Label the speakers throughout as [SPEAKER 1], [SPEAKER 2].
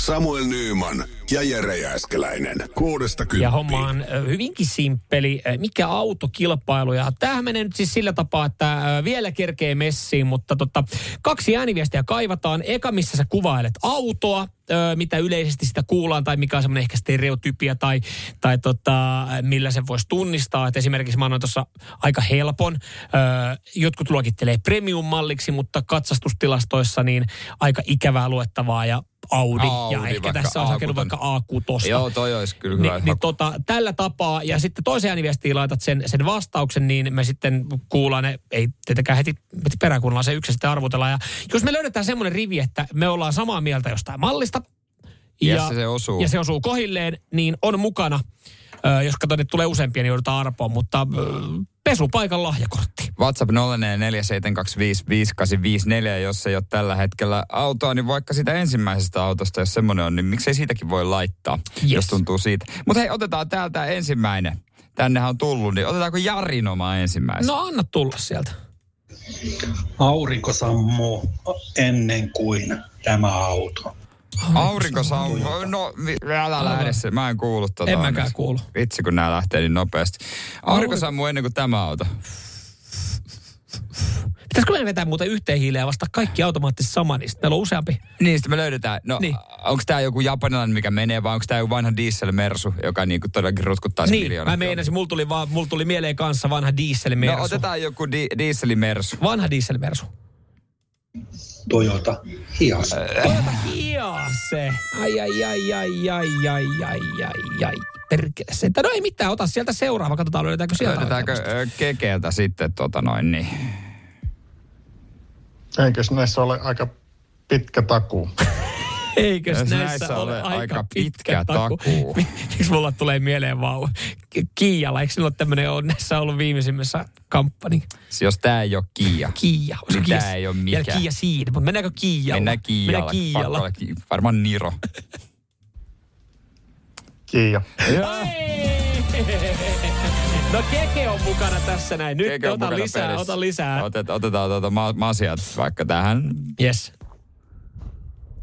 [SPEAKER 1] Samuel Nyyman ja Jere Jääskeläinen. Kuudesta
[SPEAKER 2] Ja
[SPEAKER 1] kymppiin.
[SPEAKER 2] homma on ö, hyvinkin simppeli. Ö, Mikä autokilpailu? Ja tämähän menee nyt siis sillä tapaa, että ö, vielä kerkee messiin, mutta tota, kaksi ääniviestiä kaivataan. Eka, missä sä kuvailet autoa, ö, mitä yleisesti sitä kuullaan, tai mikä on semmoinen ehkä stereotypia, tai, tai tota, millä sen voisi tunnistaa. Et esimerkiksi mä annoin tuossa aika helpon. Ö, jotkut luokittelee premium-malliksi, mutta katsastustilastoissa niin aika ikävää luettavaa ja Audi,
[SPEAKER 3] Audi
[SPEAKER 2] ja ehkä
[SPEAKER 3] vaikka
[SPEAKER 2] tässä on hakenut
[SPEAKER 3] A6.
[SPEAKER 2] vaikka A6.
[SPEAKER 3] Joo, toi olisi kyllä hyvä.
[SPEAKER 2] Niin, niin tota, tällä tapaa, ja sitten toiseen ääniviestiin laitat sen, sen vastauksen, niin me sitten kuullaan ne, ei tietenkään heti, heti perään kuunnellaan se yksi ja sitten arvutellaan. Ja jos me löydetään semmoinen rivi, että me ollaan samaa mieltä jostain mallista,
[SPEAKER 3] Ja se osuu.
[SPEAKER 2] ja se osuu kohilleen, niin on mukana. Ö, jos katsotaan, että tulee useampia, niin joudutaan arpoon, mutta ö, pesupaikan lahjakortti.
[SPEAKER 3] WhatsApp 0447255854, jos ei ole tällä hetkellä autoa, niin vaikka sitä ensimmäisestä autosta, jos semmoinen on, niin miksei siitäkin voi laittaa,
[SPEAKER 2] Yes.
[SPEAKER 3] yes. jos tuntuu siitä. Mutta hei, otetaan täältä ensimmäinen. Tännehän on tullut, niin otetaanko Jarin oma ensimmäisenä?
[SPEAKER 2] No anna tulla sieltä.
[SPEAKER 4] Aurinko sammuu ennen kuin tämä auto.
[SPEAKER 3] Aurinko sammuu. No, vi- älä lähde se. Mä en kuullut tota.
[SPEAKER 2] En mäkään
[SPEAKER 3] nyt.
[SPEAKER 2] kuulu.
[SPEAKER 3] Vitsi, kun nämä lähtee niin nopeasti. Aurinko
[SPEAKER 2] Aurinko-
[SPEAKER 3] sammuu ennen kuin tämä auto.
[SPEAKER 2] Pitäisikö meidän vetää muuten yhteen hiileen ja vasta kaikki automaattisesti sama, niin sitten meillä on useampi.
[SPEAKER 3] Niin, sitten me löydetään. No,
[SPEAKER 2] Niin.
[SPEAKER 3] niin. onko tämä joku japanilainen, mikä menee, vai onko tämä joku vanha dieselmersu, joka niinku todellakin rutkuttaa sen
[SPEAKER 2] Niin,
[SPEAKER 3] miljoonat
[SPEAKER 2] mä meinasin, mulla tuli, vaan, mulla tuli mieleen kanssa vanha dieselmersu.
[SPEAKER 3] No otetaan joku di- dieselimersu.
[SPEAKER 2] Vanha dieselmersu.
[SPEAKER 4] Toyota Hias.
[SPEAKER 3] Tuota,
[SPEAKER 2] Toyota Hiaa se. Ai, ai, ai, ai, ai, ai, ai, ai, ai. Perkele se. No ei mitään, ota sieltä seuraava. Katsotaan, löydetäänkö sieltä.
[SPEAKER 3] Löydetäänkö
[SPEAKER 2] oikein.
[SPEAKER 3] ö, kekeeltä sitten tota noin niin.
[SPEAKER 5] Eikös näissä ole aika pitkä takuu?
[SPEAKER 2] Eikös
[SPEAKER 3] Jos
[SPEAKER 2] näissä, ole aika pitkä taku?
[SPEAKER 3] takuu.
[SPEAKER 2] Miksi mulla tulee mieleen vaan Ki- Kiijalla? Eikö sillä ole tämmöinen, on näissä ollut viimeisimmässä kamppani?
[SPEAKER 3] Siis Jos tää ei ole Kia.
[SPEAKER 2] Kiia. Olisiko
[SPEAKER 3] Niin tää
[SPEAKER 2] Kiia-
[SPEAKER 3] ei oo mikään.
[SPEAKER 2] Ja Kiia siinä, mutta mennäänkö Kiijalla?
[SPEAKER 3] Mennään Kiialla.
[SPEAKER 2] Mennään Kiijalla.
[SPEAKER 3] Pakko olla Ki- varmaan Niro.
[SPEAKER 5] Kiia.
[SPEAKER 2] No Keke on mukana tässä näin. Nyt
[SPEAKER 3] Keke on
[SPEAKER 2] ota
[SPEAKER 3] mukana
[SPEAKER 2] lisää,
[SPEAKER 3] pelissä.
[SPEAKER 2] ota lisää.
[SPEAKER 3] Otet, otetaan tota ma- masiat vaikka tähän.
[SPEAKER 2] Yes.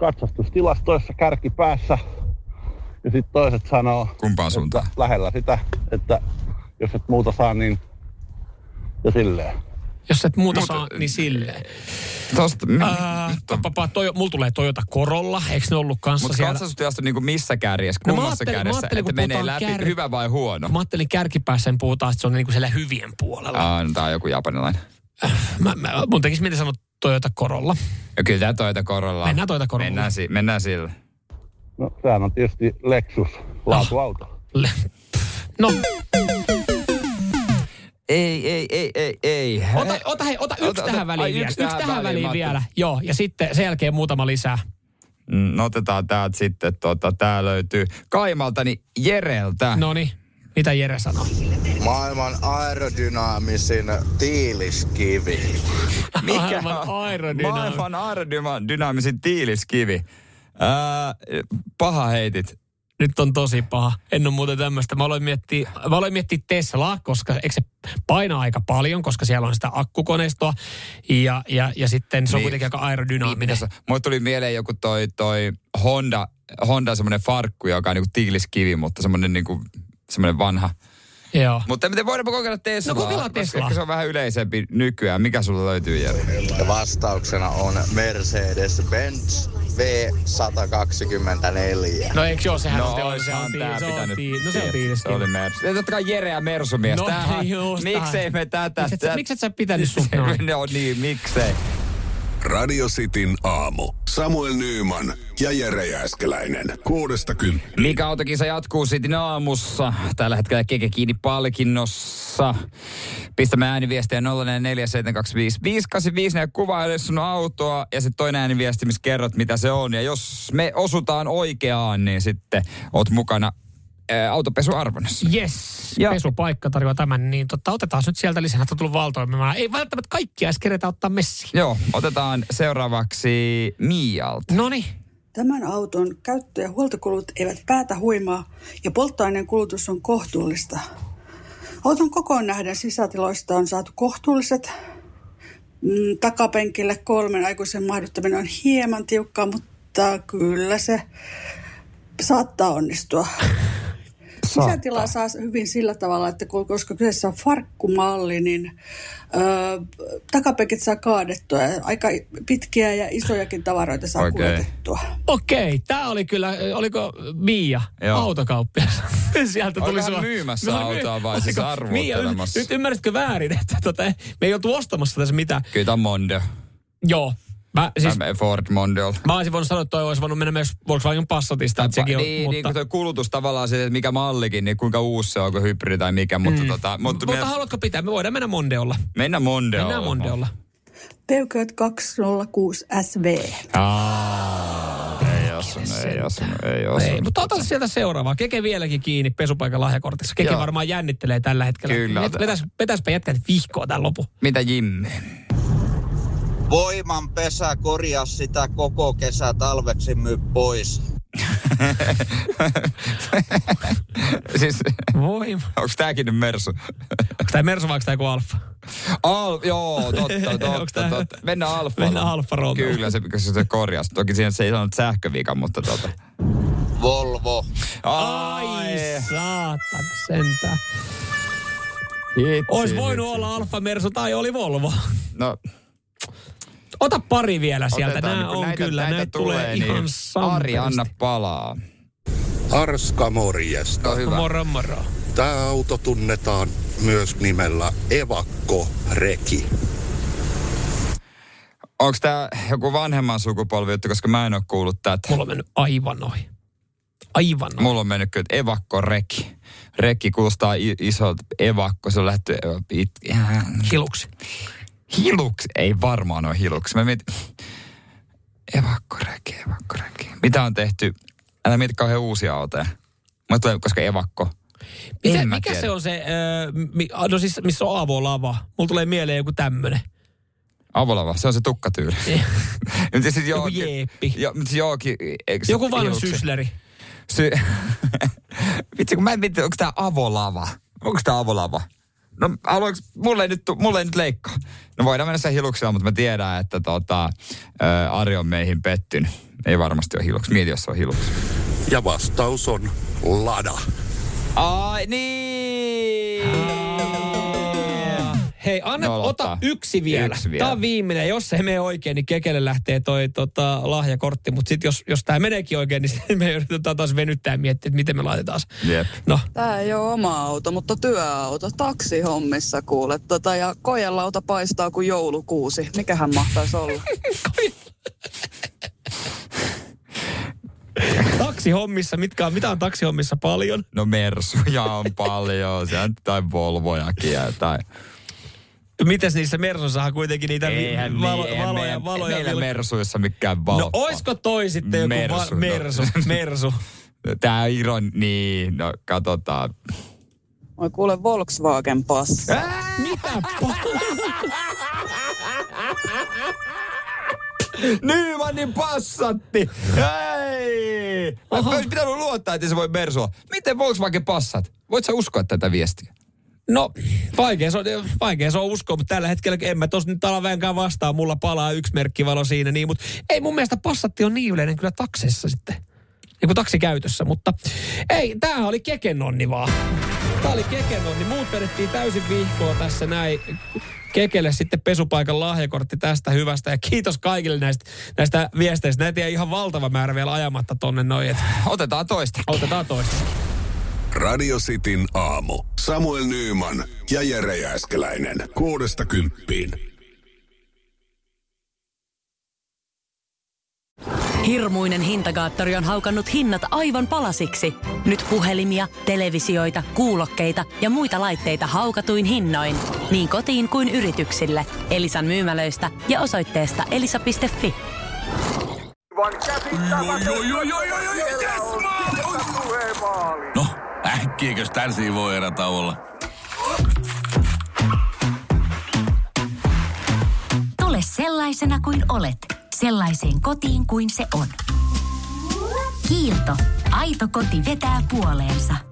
[SPEAKER 6] katsastustilastoissa kärkipäässä. Ja sitten toiset sanoo
[SPEAKER 3] Kumpaan suuntaan?
[SPEAKER 6] että lähellä sitä, että jos et muuta saa, niin ja silleen.
[SPEAKER 2] Jos et muuta
[SPEAKER 3] Mut-
[SPEAKER 2] saa, niin silleen.
[SPEAKER 3] Tosta, m-
[SPEAKER 2] Äh, papapa, toi, mulla tulee Toyota Corolla. Eikö ne ollut kanssa
[SPEAKER 3] mutta
[SPEAKER 2] siellä?
[SPEAKER 3] katsastustilasto niinku missä kärjessä,
[SPEAKER 2] No mä
[SPEAKER 3] kummassa
[SPEAKER 2] ajattelin- mä
[SPEAKER 3] kärjessä,
[SPEAKER 2] ajattelin,
[SPEAKER 3] että
[SPEAKER 2] kun
[SPEAKER 3] menee
[SPEAKER 2] puhutaan
[SPEAKER 3] läpi,
[SPEAKER 2] kär-
[SPEAKER 3] hyvä vai huono?
[SPEAKER 2] Mä ajattelin kärkipäässä, niin puhutaan, että se on niinku siellä hyvien puolella.
[SPEAKER 3] Aa, no, tää on joku japanilainen.
[SPEAKER 2] Mä, mä, mun tekisi mieli sanoa Toyota Corolla.
[SPEAKER 3] Ja kyllä tää Toyota Corolla. on.
[SPEAKER 2] Ah. Mennään Toyota Corolla.
[SPEAKER 3] Mennään, si- mennään sillä.
[SPEAKER 6] No sehän on tietysti Lexus, laatuauto.
[SPEAKER 2] Le- No,
[SPEAKER 3] Ei, ei, ei, ei, ei.
[SPEAKER 2] ota, ota, hei, ota yksi
[SPEAKER 3] Ota- ota-
[SPEAKER 2] tähän väliin
[SPEAKER 3] ai,
[SPEAKER 2] vielä. Yksi tähän, väliin,
[SPEAKER 3] mä ajattelin.
[SPEAKER 2] vielä. Joo, ja sitten sen jälkeen muutama lisää.
[SPEAKER 3] Mm, no otetaan täältä sitten, tota, tää löytyy Kaimalta, niin Jereltä.
[SPEAKER 2] No niin, mitä Jere sanoo?
[SPEAKER 7] Maailman aerodynaamisin tiiliskivi.
[SPEAKER 2] Maailman aerodynaam-
[SPEAKER 3] Maailman aerodynaamisin tiiliskivi. Ää, paha heitit.
[SPEAKER 2] Nyt on tosi paha. En ole muuten tämmöistä. Mä aloin miettiä, mä aloin miettiä Teslaa, koska eikö se painaa aika paljon, koska siellä on sitä akkukoneistoa. Ja, ja, ja sitten se on
[SPEAKER 3] Niin.
[SPEAKER 2] kuitenkin aika aerodynaaminen.
[SPEAKER 3] Tässä, mulle tuli mieleen joku toi, toi Honda, Honda semmoinen farkku, joka on niinku tiiliskivi, mutta semmoinen niinku, semmoinen vanha.
[SPEAKER 2] Joo.
[SPEAKER 3] Mutta miten voidaanpa kokeilla Teslaa?
[SPEAKER 2] No, kokeillaan
[SPEAKER 3] koska
[SPEAKER 2] Teslaa.
[SPEAKER 3] ehkä se on vähän yleisempi nykyään. Mikä sulla löytyy, Jere?
[SPEAKER 7] Ja vastauksena on Mercedes-Benz V124.
[SPEAKER 2] No eikö joo, sehän on, joo, se
[SPEAKER 3] oishan
[SPEAKER 2] on,
[SPEAKER 3] tää
[SPEAKER 2] tii- se on,
[SPEAKER 3] pitänyt
[SPEAKER 2] tii- no se on
[SPEAKER 3] tietää.
[SPEAKER 2] tiiliski.
[SPEAKER 3] Se oli Mersu. Ja totta kai Jere ja Mersu mies.
[SPEAKER 2] No,
[SPEAKER 3] Tämähän-
[SPEAKER 2] just
[SPEAKER 3] miksei
[SPEAKER 2] näin.
[SPEAKER 3] me tätä...
[SPEAKER 2] Miksi et sä-
[SPEAKER 3] tä-
[SPEAKER 2] miksi et sä pitänyt sun noin?
[SPEAKER 3] No niin, miksei.
[SPEAKER 1] Radio Cityn aamu. Samuel Nyyman ja Jere Jääskeläinen. Kuudesta kymppiin.
[SPEAKER 3] Mika Autokisa jatkuu sitten aamussa. Tällä hetkellä keke kiinni palkinnossa. Pistämme ääniviestejä 0447255854 ja kuvaile sun autoa ja sitten toinen ääniviesti, missä kerrot mitä se on. Ja jos me osutaan oikeaan, niin sitten oot mukana ää, autopesuarvonnassa.
[SPEAKER 2] Yes, ja.
[SPEAKER 3] Ja-
[SPEAKER 2] pesupaikka tarjoaa tämän, niin totta, otetaan nyt sieltä lisää, että on tullut valtoimemaan. Ei välttämättä kaikkia edes keretä ottaa messi.
[SPEAKER 3] Joo, otetaan seuraavaksi Mialta.
[SPEAKER 2] No niin,
[SPEAKER 8] Tämän auton käyttö- ja huoltokulut eivät päätä huimaa ja polttoaineen kulutus on kohtuullista. Auton kokoon nähden sisätiloista on saatu kohtuulliset. Mm, takapenkille kolmen aikuisen mahduttaminen on hieman tiukkaa, mutta kyllä se saattaa onnistua. Sisätilaa saa hyvin sillä tavalla, että kun- koska kyseessä on farkkumalli, niin ö, takapenkit saa kaadettua. ja Aika pitkiä ja isojakin tavaroita saa
[SPEAKER 3] Oikein.
[SPEAKER 8] okay. kuljetettua.
[SPEAKER 2] okei, tämä oli kyllä, oliko Miia,
[SPEAKER 3] Joo.
[SPEAKER 2] autokauppias? Sieltä tuli
[SPEAKER 3] Oliko hän
[SPEAKER 2] sua.
[SPEAKER 3] myymässä
[SPEAKER 2] Me oli myy-
[SPEAKER 3] autoa vai siis
[SPEAKER 2] Oliko- Miia, nyt-
[SPEAKER 3] arvuuttelemassa?
[SPEAKER 2] nyt ymmärsitkö väärin, että tota, me ei oltu ostamassa tässä mitään.
[SPEAKER 3] Kyllä tämä on Mondo.
[SPEAKER 2] Joo, mä, siis,
[SPEAKER 3] Tämä Ford Mondeo.
[SPEAKER 2] mä olisin voinut sanoa, että toi olisi voinut mennä myös Volkswagen Passatista, että sekin on,
[SPEAKER 3] niin, niin
[SPEAKER 2] mutta...
[SPEAKER 3] kuin tuo kulutus tavallaan se, että mikä mallikin, niin kuinka uusi se on, onko hybridi tai mikä. Mutta, mm. tota, mutta,
[SPEAKER 2] mutta haluatko pitää? Me voidaan mennä Mondeolla.
[SPEAKER 3] mennä Mondeolla.
[SPEAKER 2] Mennään Mondeolla.
[SPEAKER 8] Peugeot 206 SV.
[SPEAKER 3] Ei osunut, ei osunut, ei osunut.
[SPEAKER 2] Ei, mutta ota sieltä seuraavaa. Keke vieläkin kiinni pesupaikan lahjakortissa. Keke Joo.
[SPEAKER 3] Joo.
[SPEAKER 2] varmaan jännittelee tällä hetkellä.
[SPEAKER 3] Kyllä.
[SPEAKER 2] Met- Vetäs, vetäspä jätkät vihkoa tämän lopun.
[SPEAKER 3] Mitä Jimmy?
[SPEAKER 7] Voiman pesä korjaa sitä koko kesä talveksi myy pois.
[SPEAKER 3] siis,
[SPEAKER 2] Voi. Onko
[SPEAKER 3] onko tääkin nyt Mersu?
[SPEAKER 2] tämä Mersu vai onko tämä joku Alfa?
[SPEAKER 3] Al, joo, totta,
[SPEAKER 2] Onks
[SPEAKER 3] totta,
[SPEAKER 2] tää-
[SPEAKER 3] totta. Mennään Alfa.
[SPEAKER 2] Mennään Alfa Romeo.
[SPEAKER 3] Kyllä, se, kun se, se korjasi. Toki siinä se ei sanonut sähkövika, mutta tota.
[SPEAKER 7] Volvo.
[SPEAKER 2] Ai saatana sentään.
[SPEAKER 3] hitsi,
[SPEAKER 2] Olisi voinut
[SPEAKER 3] hitsi.
[SPEAKER 2] olla Alfa Mersu tai oli Volvo.
[SPEAKER 3] No,
[SPEAKER 2] Ota pari vielä sieltä.
[SPEAKER 3] otetaan,
[SPEAKER 2] Nämä
[SPEAKER 3] niin kun
[SPEAKER 2] on
[SPEAKER 3] näitä,
[SPEAKER 2] kyllä.
[SPEAKER 3] näitä
[SPEAKER 2] Näitä tulee
[SPEAKER 3] niin
[SPEAKER 2] ihan
[SPEAKER 3] Ari,
[SPEAKER 2] samperi.
[SPEAKER 3] anna palaa.
[SPEAKER 9] Arska morjesta.
[SPEAKER 3] No hyvä.
[SPEAKER 2] Moro, moro.
[SPEAKER 9] Tämä auto tunnetaan myös nimellä evakkoreki.
[SPEAKER 3] Onko tämä joku vanhemman sukupolvi juttu, koska mä en ole kuullut tätä.
[SPEAKER 2] Mulla on mennyt aivan ohi. Aivan ohi.
[SPEAKER 3] Mulla on mennyt kyllä että evakkoreki. Rekki kuulostaa i- isolta evakko, se on lähty it,
[SPEAKER 2] Hiluksi.
[SPEAKER 3] hiluksi. Ei varmaan ole hiluksi. Mä mietin, evakkoreki, evakkoreki. Mitä on tehty? Älä mieti kauhean uusia autoja. Mä tulee, koska evakko.
[SPEAKER 2] Mitä,
[SPEAKER 3] En mä
[SPEAKER 2] mikä
[SPEAKER 3] tiedä.
[SPEAKER 2] se on se, öö, mi, no siis, missä on avolava? Mulla tulee mieleen joku tämmönen.
[SPEAKER 3] Avolava, se on se tukkatyyli. Mutta sit
[SPEAKER 2] Joku
[SPEAKER 3] johonkin-
[SPEAKER 2] jeeppi.
[SPEAKER 3] Jo, mutta johonkin, eikö se-
[SPEAKER 2] Joku vanha
[SPEAKER 3] hiukset?
[SPEAKER 2] sysleri.
[SPEAKER 3] Sy- Vitsi, kun mä en mietti, onko tää avolava? Onko tää avolava? No, haluanko, mulle ei nyt, tu- mulle ei nyt leikkaa. No voidaan mennä sen hiluksella, mutta mä tiedän, että tota, ä, Ari on meihin pettynyt. Ei varmasti ole hiluksi. Mieti, jos se on hiluksi.
[SPEAKER 9] Ja vastaus on Lada.
[SPEAKER 3] Ai niin!
[SPEAKER 2] Hei, anna,
[SPEAKER 3] No,
[SPEAKER 2] ota,
[SPEAKER 3] ota.
[SPEAKER 2] yksi vielä.
[SPEAKER 3] Yksi vielä.
[SPEAKER 2] Tämä on viimeinen. Jos ei mene oikein, niin kekelle lähtee toi tota, lahjakortti. Mutta sitten jos, jos tämä meneekin oikein, niin sitten me yritetään taas venyttää ja miettiä, että miten me laitetaan. se.
[SPEAKER 3] Jep.
[SPEAKER 2] No,
[SPEAKER 8] Tämä ei ole oma auto, mutta työauto. Taksihommissa kuule. Tota, ja kojelauta paistaa kuin joulukuusi. Mikähän mahtaisi olla?
[SPEAKER 2] taksihommissa, mitkä on, mitä on taksihommissa paljon?
[SPEAKER 3] No Mersuja on paljon, se on- tai Volvojakin ja tai...
[SPEAKER 2] Mites niissä Mersossa on kuitenkin niitä vi- valo,
[SPEAKER 3] niin, ei
[SPEAKER 2] valoja,
[SPEAKER 3] meidän-
[SPEAKER 2] valoja,
[SPEAKER 3] meillä
[SPEAKER 2] vilk-
[SPEAKER 3] Mersuissa mikään valppa.
[SPEAKER 2] No oisko toi sitten joku mersu,
[SPEAKER 3] Mersu,
[SPEAKER 2] va-
[SPEAKER 3] no.
[SPEAKER 2] mersu, mersu.
[SPEAKER 3] Tää Iron, niin, no katsotaan.
[SPEAKER 8] Oi kuule Volkswagen passi.
[SPEAKER 2] Mitä pa-
[SPEAKER 3] Nymanin passatti! Hei! Mä olisi pitänyt luottaa, että se voi mersua. Miten Volkswagen passat? Voit sä uskoa tätä viestiä?
[SPEAKER 2] No, vaikea se, on, vaikea se on uskoa, mutta tällä hetkellä en mä tos nyt ala vähänkään vastaan. Mulla palaa yksi merkkivalo siinä, niin, mutta ei mun mielestä passatti on niin yleinen kyllä taksessa sitten. Niin kuin taksikäytössä, mutta ei, tämähän oli kekenonni vaan. Tää oli kekenonni. Muut vedettiin täysin vihkoa tässä näin. Kekelle sitten pesupaikan lahjakortti tästä hyvästä. Ja kiitos kaikille näistä, näistä viesteistä. Näitä jäi ihan valtava määrä vielä ajamatta tonne noin. et
[SPEAKER 3] Otetaan toista.
[SPEAKER 2] Otetaan toista.
[SPEAKER 1] Radio Cityn aamu. Samuel Nyyman ja Jere Jääskeläinen. Kuudesta kymppiin.
[SPEAKER 10] Hirmuinen hintakaattori on haukannut hinnat aivan palasiksi. Nyt puhelimia, televisioita, kuulokkeita ja muita laitteita haukatuin hinnoin. Niin kotiin kuin yrityksille. Elisan myymälöistä ja osoitteesta elisa.fi.
[SPEAKER 3] No, äkkiäkös tän voi erätä olla?
[SPEAKER 11] Tule sellaisena kuin olet, sellaiseen kotiin kuin se on. Kiilto. Aito koti vetää puoleensa.